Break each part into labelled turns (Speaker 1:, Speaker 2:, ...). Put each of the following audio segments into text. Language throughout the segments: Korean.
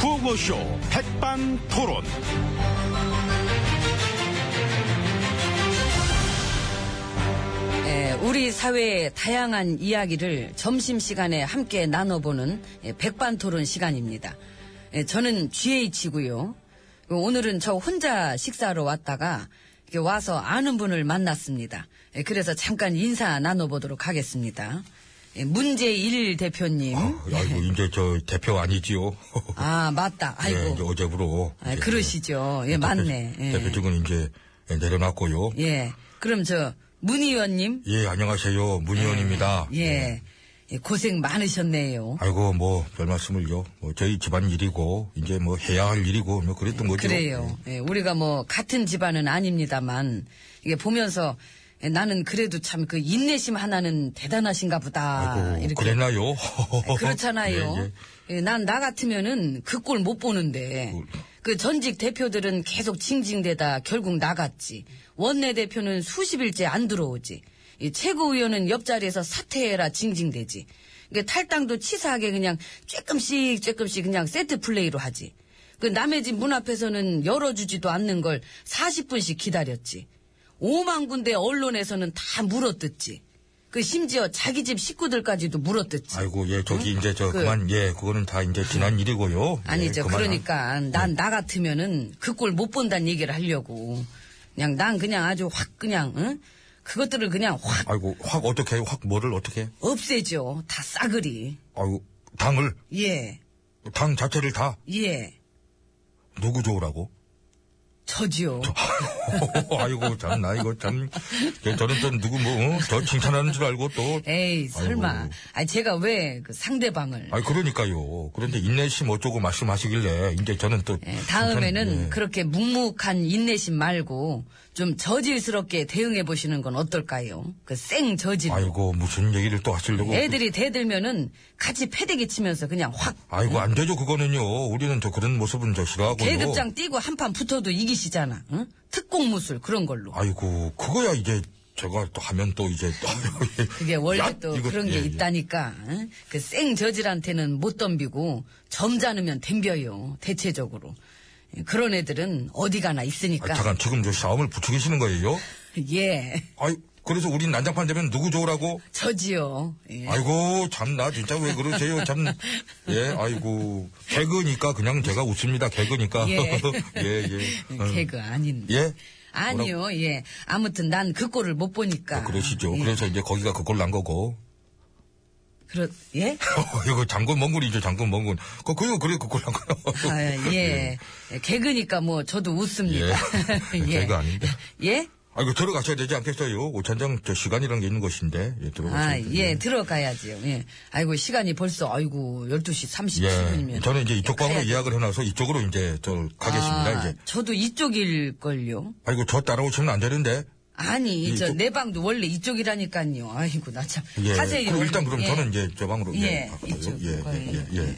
Speaker 1: 구호쇼 백반토론.
Speaker 2: 예, 우리 사회의 다양한 이야기를 점심시간에 함께 나눠보는 예, 백반토론 시간입니다. 예, 저는 GH고요. 그 오늘은 저 혼자 식사하러 왔다가 이렇게 와서 아는 분을 만났습니다. 예, 그래서 잠깐 인사 나눠보도록 하겠습니다. 예, 문재일 대표님.
Speaker 3: 아이고, 이제 저 대표 아니지요.
Speaker 2: 아, 맞다. 아이고.
Speaker 3: 예, 이제 어제부로.
Speaker 2: 아,
Speaker 3: 이제
Speaker 2: 그러시죠. 예,
Speaker 3: 대표-
Speaker 2: 맞네. 예.
Speaker 3: 대표직은 이제 내려놨고요. 예,
Speaker 2: 예. 그럼 저, 문 의원님.
Speaker 3: 안녕하세요. 문 의원입니다.
Speaker 2: 예. 예, 고생 많으셨네요.
Speaker 3: 아이고, 뭐, 별 말씀을요. 뭐, 저희 집안 일이고, 이제 뭐, 해야 할 일이고, 뭐, 그랬던 거죠.
Speaker 2: 그래요. 예, 우리가 뭐 같은 집안은 아닙니다만 이게 보면서 예, 나는 그래도 참 그 인내심 하나는 대단하신가 보다.
Speaker 3: 아이고,
Speaker 2: 이렇게
Speaker 3: 그랬나요?
Speaker 2: 예, 그렇잖아요.
Speaker 3: 예,
Speaker 2: 난 나 같으면은 그 꼴 못 보는데
Speaker 3: 그-
Speaker 2: 그 전직 대표들은 계속 징징대다 결국 나갔지. 원내 대표는 수십일째 안 들어오지. 이 최고위원은 옆자리에서 사퇴해라 징징대지. 그 탈당도 치사하게 그냥 조금씩 조금씩 그냥 세트 플레이로 하지. 그 남의 집 문 앞에서는 열어주지도 않는 걸 40분씩 기다렸지. 5만 군데 언론에서는 다 물어뜯지. 그 심지어 자기 집 식구들까지도 물어뜯지.
Speaker 3: 아이고, 예, 저기 이제 저
Speaker 2: 그-
Speaker 3: 그만, 예, 그거는 다 이제 지난 일이고요. 예,
Speaker 2: 아니죠.
Speaker 3: 그만-
Speaker 2: 그러니까 난 나 같으면은 그 꼴 못 본다는 얘기를 하려고. 그냥 난 그냥 아주 확 그냥 응? 그것들을 그냥 확
Speaker 3: 아이고, 확 어떻게, 확 뭐를 어떻게?
Speaker 2: 없애죠. 다 싸그리.
Speaker 3: 아이고, 당을,
Speaker 2: 예.
Speaker 3: 당 자체를 다
Speaker 2: 예.
Speaker 3: 누구 좋으라고?
Speaker 2: 저지요.
Speaker 3: 어, 아이고 참 나 이거 참 저- 저는 또 누구 뭐저 어? 칭찬하는 줄 알고 또
Speaker 2: 에이 설마.
Speaker 3: 아이고.
Speaker 2: 아 제가 왜 그 상대방을
Speaker 3: 아니 그러니까요 그런데 인내심 어쩌고 말씀하시길래 이제 저는 또
Speaker 2: 예, 다음에는
Speaker 3: 칭찬- 예.
Speaker 2: 그렇게 묵묵한 인내심 말고 좀 저질스럽게 대응해 보시는 건 어떨까요? 그 생 저질.
Speaker 3: 아이고 무슨 얘기를 또 하시려고
Speaker 2: 애들이 대들면은 같이 패대기 치면서 그냥 확
Speaker 3: 아이고 안 되죠 그거는요 우리는 저 그런 모습은 저 싫어하고요
Speaker 2: 예. 계급장 뛰고 한판 붙어도 이기시잖아. 응? 특공 무술 그런 걸로.
Speaker 3: 아이고 그거야 이제 제가 또 하면 또 이제 또
Speaker 2: 그게 원래
Speaker 3: 야,
Speaker 2: 또
Speaker 3: 이거-
Speaker 2: 그런 게
Speaker 3: 예, 예.
Speaker 2: 있다니까. 응? 그생 저질한테는 못 덤비고 점잖으면 덤벼요. 대체적으로. 예, 그런 애들은 어디 가나 있으니까.
Speaker 3: 아, 잠깐 지금 저 싸움을 부추기시는 거예요
Speaker 2: 예.
Speaker 3: 아이 그래서 우린 난장판 되면 누구 좋으라고
Speaker 2: 저지요. 예.
Speaker 3: 아이고 참 나 진짜 왜 그러세요 참 예 아이고 개그니까 그냥 제가 웃습니다 개그니까
Speaker 2: 예. 음,
Speaker 3: 예예
Speaker 2: 개그 아닌데.
Speaker 3: 음. 예
Speaker 2: 아니요, 예. 아무튼 난 그 꼴을 못 보니까.
Speaker 3: 어, 그러시죠
Speaker 2: 예.
Speaker 3: 그래서 이제 거기가 그걸 난 거고
Speaker 2: 그렇, 예?
Speaker 3: 이거 장군 멍군이죠 장군 멍군 그 그거 그래 그걸 난 거요
Speaker 2: 아, 예. 개그니까 뭐 저도 웃습니다.
Speaker 3: 예. 개그 아닌데.
Speaker 2: 예?
Speaker 3: 아이고 들어가셔야 되지 않겠어요 오찬장 저 시간이라는 게 있는 것인데 예, 들어가셔야
Speaker 2: 아,
Speaker 3: 돼요.
Speaker 2: 예, 들어가야지요. 예. 아이고, 시간이 벌써, 아이고, 12시 37분이면.
Speaker 3: 예 저는 이제 이쪽 방으로 예약을 해놔서 이쪽으로 이제 저 가겠습니다
Speaker 2: 아.
Speaker 3: 이제
Speaker 2: 저도 이쪽일걸요.
Speaker 3: 아이고 저 따라오시면 안 되는데
Speaker 2: 아니,
Speaker 3: 예,
Speaker 2: 저
Speaker 3: 이쪽.
Speaker 2: 내 방도 원래 이쪽이라니까요. 아이고, 나 참.
Speaker 3: 예.
Speaker 2: 자세히
Speaker 3: 그럼 일단
Speaker 2: 원래-
Speaker 3: 그럼
Speaker 2: 예.
Speaker 3: 저는 이제 저 방으로
Speaker 2: 예,
Speaker 3: 바꿔요.
Speaker 2: 이쪽
Speaker 3: 예,
Speaker 2: 거예요.
Speaker 3: 예, 예, 예.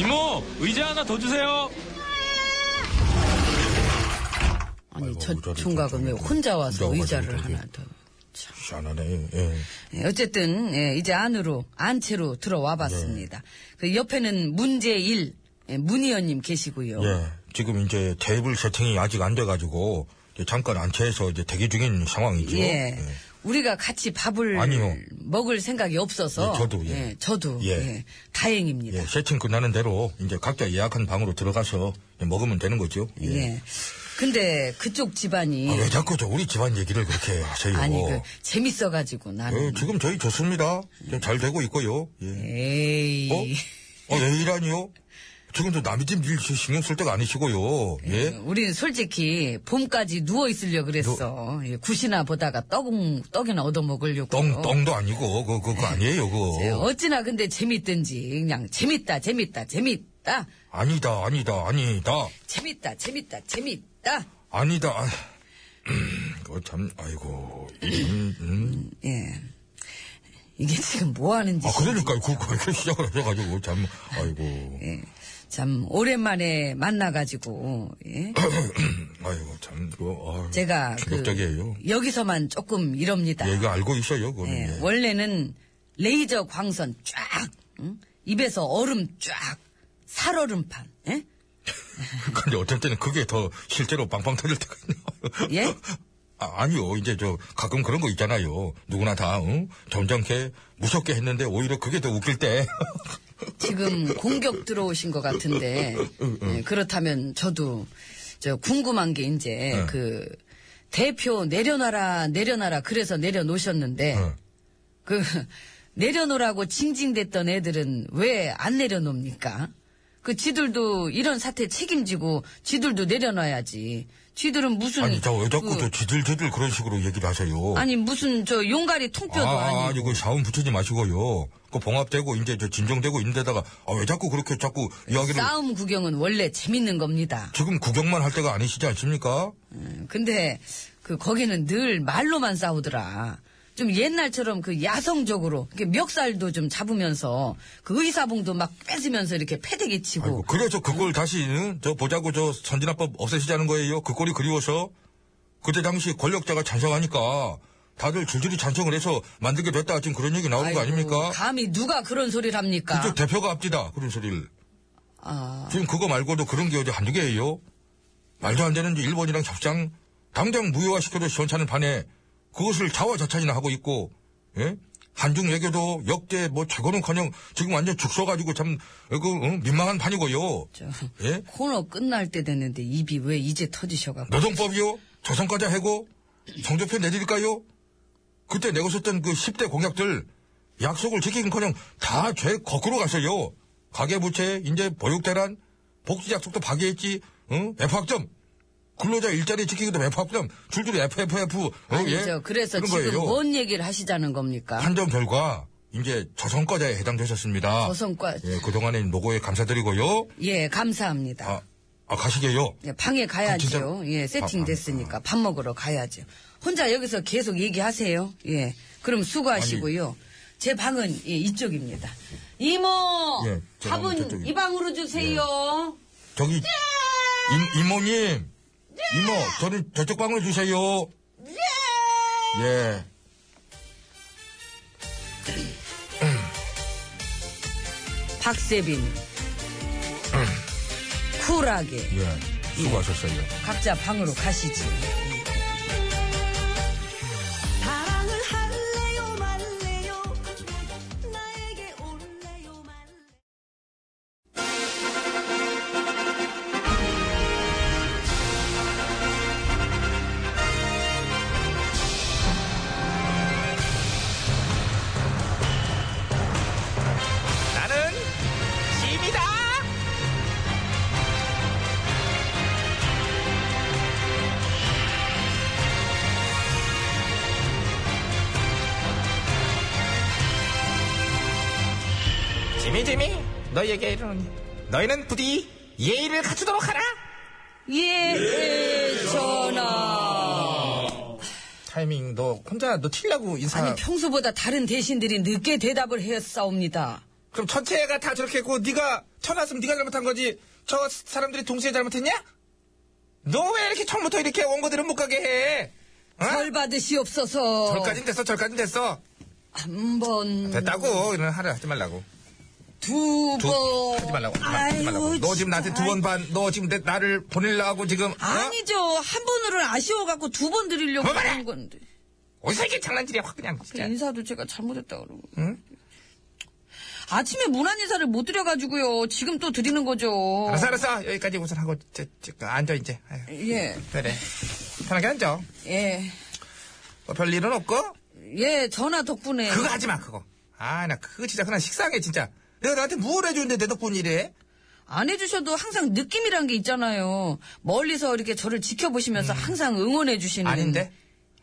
Speaker 1: 이모, 의자 하나 더 주세요.
Speaker 2: 아니,
Speaker 3: 아이고,
Speaker 2: 저
Speaker 3: 의자를
Speaker 2: 총각은 왜
Speaker 3: 저쪽에
Speaker 2: 혼자 와서
Speaker 3: 혼자
Speaker 2: 의자를
Speaker 3: 와가지고
Speaker 2: 하나
Speaker 3: 저기.
Speaker 2: 더.
Speaker 3: 시원하네. 예.
Speaker 2: 예, 어쨌든 예, 이제 안으로 안채로 들어와
Speaker 3: 네.
Speaker 2: 봤습니다. 그 옆에는 문재일 예, 문의원님 계시고요.
Speaker 3: 예. 지금 이제 테이블 세팅이 아직 안 돼가지고 이제 잠깐 안채해서 이제 대기 중인 상황이죠.
Speaker 2: 예. 우리가 같이 밥을
Speaker 3: 아니요.
Speaker 2: 먹을 생각이 없어서
Speaker 3: 예, 저도, 예.
Speaker 2: 저도
Speaker 3: 예.
Speaker 2: 예, 다행입니다.
Speaker 3: 예, 세팅 끝나는 대로 이제 각자 예약한 방으로 들어가서 이제 먹으면 되는 거죠.
Speaker 2: 예. 근데 그쪽 집안이
Speaker 3: 아,
Speaker 2: 아,
Speaker 3: 왜 자꾸 저 우리 집안 얘기를 그렇게 하세요?
Speaker 2: 니그 음. 재밌어 가지고 나는
Speaker 3: 예, 지금 저희 좋습니다. 지금 잘 되고 있고요. 예.
Speaker 2: 에이.
Speaker 3: 어? 어, 예, 이라니요? 지금 저 남의 집 일 신경 쓸 때가 아니시고요. 예?
Speaker 2: 우리는 솔직히 봄까지 누워 있으려 그랬어. 예, 굿이나 보다가 떡 떡이나 얻어 먹으려고.
Speaker 3: 똥, 똥도 아니고, 그, 그, 거 아니에요,
Speaker 2: 예,
Speaker 3: 그거.
Speaker 2: 어찌나 근데 재밌든지 그냥 재밌다 재밌다 재밌다
Speaker 3: 아니다, 아니다, 아니다,
Speaker 2: 재밌다 재밌다 재밌다
Speaker 3: 아니다. 아, 그거 참, 아이고. 음, 음.
Speaker 2: 예 이게 지금 뭐 하는 짓이
Speaker 3: 아, 그러니까요. 그, 그, 그 시작을 하셔가지고, 참, 아이고. 음.
Speaker 2: 참 오랜만에 만나가지고 예?
Speaker 3: 아이고, 참, 그거, 아
Speaker 2: 제가 그
Speaker 3: 충격적이에요.
Speaker 2: 여기서만 조금 이럽니다.
Speaker 3: 예, 이거 알고 있어요, 그거는.
Speaker 2: 예,
Speaker 3: 예.
Speaker 2: 원래는 레이저 광선 쫙, 응? 입에서 얼음 쫙, 살얼음판, 예?
Speaker 3: 근데 그러니까 어쩔 때는 그게 더 실제로 빵빵 터질 때가 있네요.
Speaker 2: 예?
Speaker 3: 아, 아니요. 이제 저 가끔 그런 거 있잖아요. 누구나 다 응? 점잖게 무섭게 했는데 오히려 그게 더 웃길 때.
Speaker 2: 지금 공격 들어오신 것 같은데, 예, 그렇다면 저도 저 궁금한 게 이제
Speaker 3: 네.
Speaker 2: 그 대표 내려놔라, 내려놔라, 그래서 내려놓으셨는데,
Speaker 3: 응.
Speaker 2: 그 내려놓으라고 징징댔던 애들은 왜 안 내려놓습니까? 그 지들도 이런 사태 책임지고 지들도 내려놔야지. 지들은 무슨
Speaker 3: 아니 저 왜 자꾸
Speaker 2: 그-
Speaker 3: 저 지들지들 그런 식으로 얘기를 하세요.
Speaker 2: 아니 무슨 저 용가리 통뼈도
Speaker 3: 아,
Speaker 2: 아, 니고
Speaker 3: 아니 그 샤움 붙이지 마시고요. 그 봉합되고 이제 저 진정되고 있는데다가 아, 왜 자꾸 그렇게 자꾸 이야기를
Speaker 2: 싸움 구경은 원래 재밌는 겁니다.
Speaker 3: 지금 구경만 할 때가 아니시지 않습니까?
Speaker 2: 음, 근데 그 거기는 늘 말로만 싸우더라. 좀 옛날처럼 그 야성적으로 이렇게 멱살도 좀 잡으면서 그 의사봉도 막 뺏으면서 이렇게 패대기 치고
Speaker 3: 아이고, 그래서
Speaker 2: 음.
Speaker 3: 그걸 다시 응? 저 보자고 저 선진화법 없애시자는 거예요. 그 꼴이 그리워서 그때 당시 권력자가 찬성하니까 다들 줄줄이 찬성을 해서 만들게 됐다. 지금 그런 얘기 나오는 거
Speaker 2: 아이고,
Speaker 3: 아닙니까?
Speaker 2: 감히 누가 그런 소리를 합니까?
Speaker 3: 그쪽 대표가 앞지다 그런 소리를.
Speaker 2: 아,
Speaker 3: 지금 그거 말고도 그런 게 어디 한두 개예요. 말도 안 되는 일본이랑 협상 당장 무효화시켜도 시원찮은 반에 그것을 자화자찬이나 하고 있고 예? 한중 외교도 역대 뭐 최고는커녕 지금 완전 죽서가지고 참그 어, 민망한 판이고요. 예?
Speaker 2: 코너 끝날 때 됐는데 입이 왜 이제 터지셔가고
Speaker 3: 노동법이요? 조선과자 해고? 성적표 내드릴까요? 그때 내고 썼던 그 10대 공약들 약속을 지키긴커녕 다 죄 거꾸로 갔어요. 가계부채, 이제 보육대란, 복지 약속도 파기했지, 응? F학점! 근로자 일자리 지키기도 F학점! 줄줄이 FFF! 어,
Speaker 2: 아니
Speaker 3: 예?
Speaker 2: 저 그래서
Speaker 3: 그런
Speaker 2: 지금
Speaker 3: 거예요.
Speaker 2: 뭔 얘기를 하시자는 겁니까?
Speaker 3: 판정 결과, 이제 저성과자에 해당되셨습니다.
Speaker 2: 저성과
Speaker 3: 예, 그동안의 노고에 감사드리고요.
Speaker 2: 예 감사합니다.
Speaker 3: 아, 아, 가시게요.
Speaker 2: 예, 방에
Speaker 3: 진짜-
Speaker 2: 가야죠. 예
Speaker 3: 아,
Speaker 2: 세팅
Speaker 3: 아,
Speaker 2: 됐으니까 밥 먹으러 가야죠. 혼자 여기서 계속 얘기하세요. 예 그럼 수고하시고요. 제 방은 예, 이쪽입니다. 이모
Speaker 3: 예, 제 방은
Speaker 2: 밥은
Speaker 3: 저쪽입니다. 예.
Speaker 2: 이 방으로 주세요.
Speaker 3: 저기
Speaker 2: 네.
Speaker 3: 임, 이모님 이모 저는 저쪽 방을 주세요
Speaker 2: 네.
Speaker 3: 예
Speaker 2: 박세빈
Speaker 3: 음.
Speaker 2: 쿨하게
Speaker 3: 예. 수고하셨어요
Speaker 2: 각자 방으로 가시지.
Speaker 4: 사랑을 할래요 말래요 나에게 올래요 말래요
Speaker 1: 나는 짐이다. 짐이 짐이 너희에게 이르노니 너희는 부디 예의를 갖추도록 하라.
Speaker 2: 예, 전하.
Speaker 1: 타이밍 너 혼자 너 튀려고 인사.
Speaker 2: 아니 평소보다 다른 대신들이 늦게 대답을 했사옵니다.
Speaker 1: 그럼 전체가 다 저렇게 했고 네가 쳐놨으면 네가 잘못한 거지 저 사람들이 동시에 잘못했냐? 너 왜 이렇게 처음부터 이렇게 원고들은 못 가게 해? 어?
Speaker 3: 아?
Speaker 2: 절 받으시옵소서.
Speaker 1: 절까진 됐어 절까진 됐어
Speaker 2: 한 번,
Speaker 1: 됐다고 이런 하라 하지 말라고
Speaker 2: 두
Speaker 1: 두,
Speaker 2: 번.
Speaker 1: 하지 말라고 하지 말라고 너 지금 나한테 두 번 반 너 지금 내, 나를 보내려고 지금 어?
Speaker 2: 아니죠. 한 번으로 아쉬워갖고 두 번 드리려고
Speaker 1: 뭐 말해?
Speaker 2: 하는 건데.
Speaker 1: 어디서 이렇게 장난질이야 확 그냥 진짜
Speaker 2: 인사도 제가 잘못했다 그러고. 아침에 문안 인사를 못 드려가지고요. 지금 또 드리는 거죠.
Speaker 1: 알았어 알았어 여기까지 우선 하고 저, 저, 그 앉아 이제 아유,
Speaker 2: 예,
Speaker 1: 그래 편하게 앉아
Speaker 2: 예.
Speaker 1: 뭐 별일은 없고
Speaker 2: 예, 전화 덕분에.
Speaker 1: 그거 하지 마 그거 아 나 그거 진짜 그냥 식상해 진짜 내가 나한테 뭘 해주는데 내 덕분 이래
Speaker 2: 안 해주셔도 항상 느낌이란 게 있잖아요. 멀리서 이렇게 저를 지켜보시면서 항상 응원해주시는.
Speaker 1: 음. 아닌데?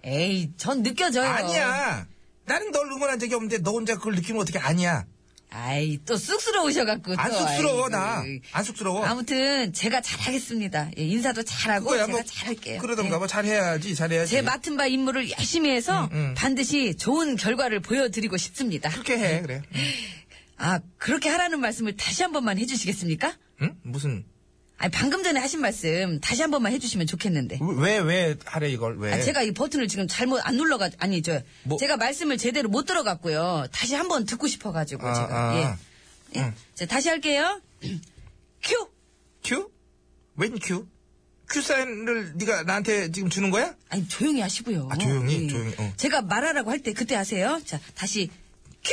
Speaker 2: 에이, 전 느껴져요.
Speaker 1: 아니야. 나는 널 응원한 적이 없는데 너 혼자 그걸 느끼면 어떻게 아니야.
Speaker 2: 아이, 또 쑥스러우셔갖고.
Speaker 3: 안
Speaker 2: 또,
Speaker 3: 쑥스러워,
Speaker 2: 아이고.
Speaker 3: 나. 안 쑥스러워.
Speaker 2: 아무튼 제가 잘하겠습니다. 예, 인사도 잘하고
Speaker 3: 그거야,
Speaker 2: 제가
Speaker 3: 뭐
Speaker 2: 잘할게요.
Speaker 3: 그러던가,
Speaker 2: 예.
Speaker 3: 뭐, 잘해야지, 음, 잘해야지.
Speaker 2: 제 맡은 바 임무를 열심히 해서 반드시 좋은 결과를 보여드리고 싶습니다.
Speaker 3: 그렇게 해, 그래.
Speaker 2: 아, 그렇게 하라는 말씀을 다시 한 번만 해주시겠습니까?
Speaker 3: 응? 무슨,
Speaker 2: 아니, 방금 전에 하신 말씀 다시 한 번만 해주시면 좋겠는데.
Speaker 3: 왜, 왜 하래, 이걸, 왜?
Speaker 2: 아, 제가 이 버튼을 지금 잘못 안 눌러가, 아니, 저,
Speaker 3: 네. 뭐?
Speaker 2: 제가 말씀을 제대로 못 들어갔고요. 다시 한 번 듣고 싶어가지고,
Speaker 3: 아,
Speaker 2: 제가.
Speaker 3: 아.
Speaker 2: 예. 예. 자, 다시 할게요. 큐!
Speaker 3: 큐? 웬 큐? 큐 사인을 네가 나한테 지금 주는 거야?
Speaker 2: 아니, 조용히 하시고요. 예,
Speaker 3: 아, 조용히? 조용히, 어.
Speaker 2: 제가 말하라고 할 때 그때 하세요. 자, 다시 큐!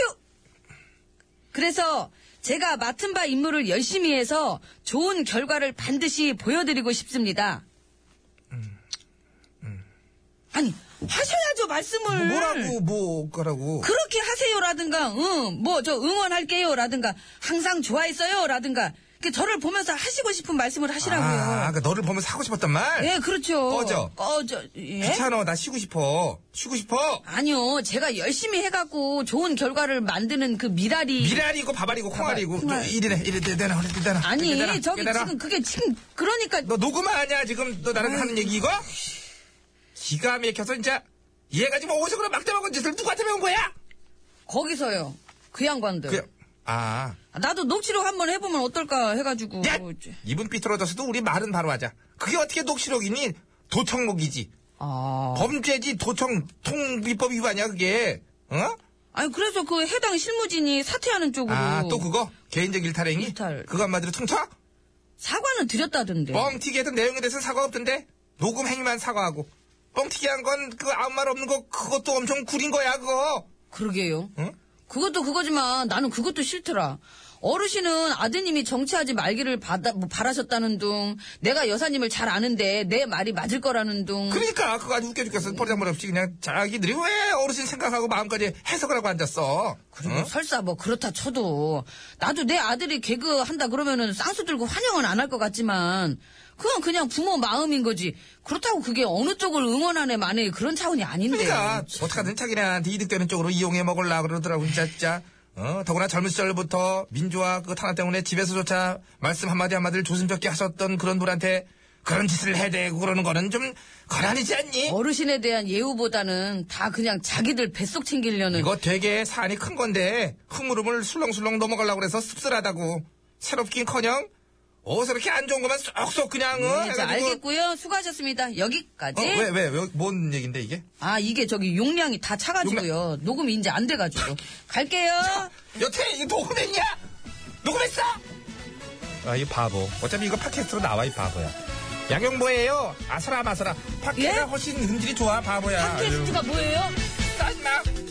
Speaker 2: 그래서 제가 맡은 바 임무를 열심히 해서 좋은 결과를 반드시 보여드리고 싶습니다.
Speaker 3: 음,
Speaker 2: 아니, 하셔야죠, 말씀을.
Speaker 3: 뭐라고, 뭐, 거라고.
Speaker 2: 네. 그렇게 하세요라든가, 응, 뭐, 저 응원할게요라든가, 항상 좋아했어요라든가, 이렇게 저를 보면서 하시고 싶은 말씀을 하시라고요.
Speaker 3: 아, 그러니까 너를 보면서 하고 싶었단 말?
Speaker 2: 예, 그렇죠.
Speaker 3: 꺼져.
Speaker 2: 꺼져. 예?
Speaker 3: 귀찮아, 나 쉬고 싶어. 쉬고 싶어!
Speaker 2: 아니요, 제가 열심히 해갖고 좋은 결과를 만드는 그 미랄이.
Speaker 3: 미랄이고, 바바리고, 콩알이고. 저
Speaker 2: 콩알.
Speaker 3: 이리래, 이래, 대대나, 이래, 대대나.
Speaker 2: 아니,
Speaker 3: 이래, 대대나,
Speaker 2: 저기
Speaker 3: 대대나.
Speaker 2: 지금 그게 지금, 그러니까.
Speaker 3: 너 녹음하냐, 지금? 너 나랑 하는 얘기 이거? 기가 막혀서 진짜. 얘가 지금 어디서 그런 막대먹은 짓을 누구한테 배운 거야?
Speaker 2: 거기서요. 그 양반들.
Speaker 3: 그, 아.
Speaker 2: 나도 녹취록 한번 해보면 어떨까 해가지고.
Speaker 3: 야! 입은 삐뚤어졌어도 우리 말은 바로 하자. 그게 어떻게 녹취록이니? 도청록이지. 어.
Speaker 2: 아.
Speaker 3: 범죄지, 도청, 통비법 위반이야, 그게. 어?
Speaker 2: 아니, 그래서 그 해당 실무진이 사퇴하는 쪽으로.
Speaker 3: 아, 또 그거? 개인적 일탈행위?
Speaker 2: 일탈. 예.
Speaker 3: 그거 한마디로 퉁쳐?
Speaker 2: 사과는 드렸다던데.
Speaker 3: 뻥튀기 했던 내용에 대해서는 사과 없던데? 녹음 행위만 사과하고. 뻥튀기 한 건 그 아무 말 없는 거, 그것도 엄청 구린 거야, 그거.
Speaker 2: 그러게요.
Speaker 3: 응?
Speaker 2: 그것도 그거지만 나는 그것도 싫더라. 어르신은 아드님이 정치하지 말기를 바다, 뭐 바라셨다는 둥, 내가 여사님을 잘 아는데 내 말이 맞을 거라는 둥.
Speaker 3: 그러니까 그거 아주 웃겨 죽겠어. 버리장머리 없이 그냥 자기들이 왜 어르신 생각하고 마음까지 해석을 하고 앉았어.
Speaker 2: 그리고 설사 뭐 그렇다 쳐도 나도 내 아들이 개그 한다 그러면은 쌍수 들고 환영은 안 할 것 같지만 그건 그냥 부모 마음인 거지. 그렇다고 그게 어느 쪽을 응원하네 마네 그런 차원이 아닌데.
Speaker 3: 그러니까 어떡하든 자기네한테 이득되는 쪽으로 이용해 먹으려고 그러더라고 진짜 진짜. 어, 더구나 젊은 시절부터 민주화 그 탄압 때문에 집에서조차 말씀 한마디 한마디를 조심스럽게 하셨던 그런 분한테 그런 짓을 해대고 그러는 거는 좀 거란이지 않니?
Speaker 2: 어르신에 대한 예우보다는 다 그냥 자기들 뱃속 챙기려는
Speaker 3: 이거 되게 사안이 큰 건데 흐물흐물 술렁술렁 넘어가려고 그래서 씁쓸하다고 새롭긴커녕 어디서 이렇게 안 좋은 것만 쏙쏙 그냥 어?
Speaker 2: 네, 자, 알겠고요. 수고하셨습니다. 여기까지.
Speaker 3: 어왜왜뭔 얘긴데 이게?
Speaker 2: 아, 이게 저기 용량이 다 차가지고요. 녹음이 이제 안 돼가지고. 갈게요.
Speaker 3: 여태 이거 녹음했냐? 녹음했어? 아, 이 바보. 어차피 이거 팟캐스트로 나와, 이 바보야. 양용보예요. 아서라 마서라. 팟캐가
Speaker 2: 예?
Speaker 3: 훨씬 흔질이 좋아, 바보야.
Speaker 2: 팟캐스트가 뭐예요?
Speaker 3: 아유, 짜증나.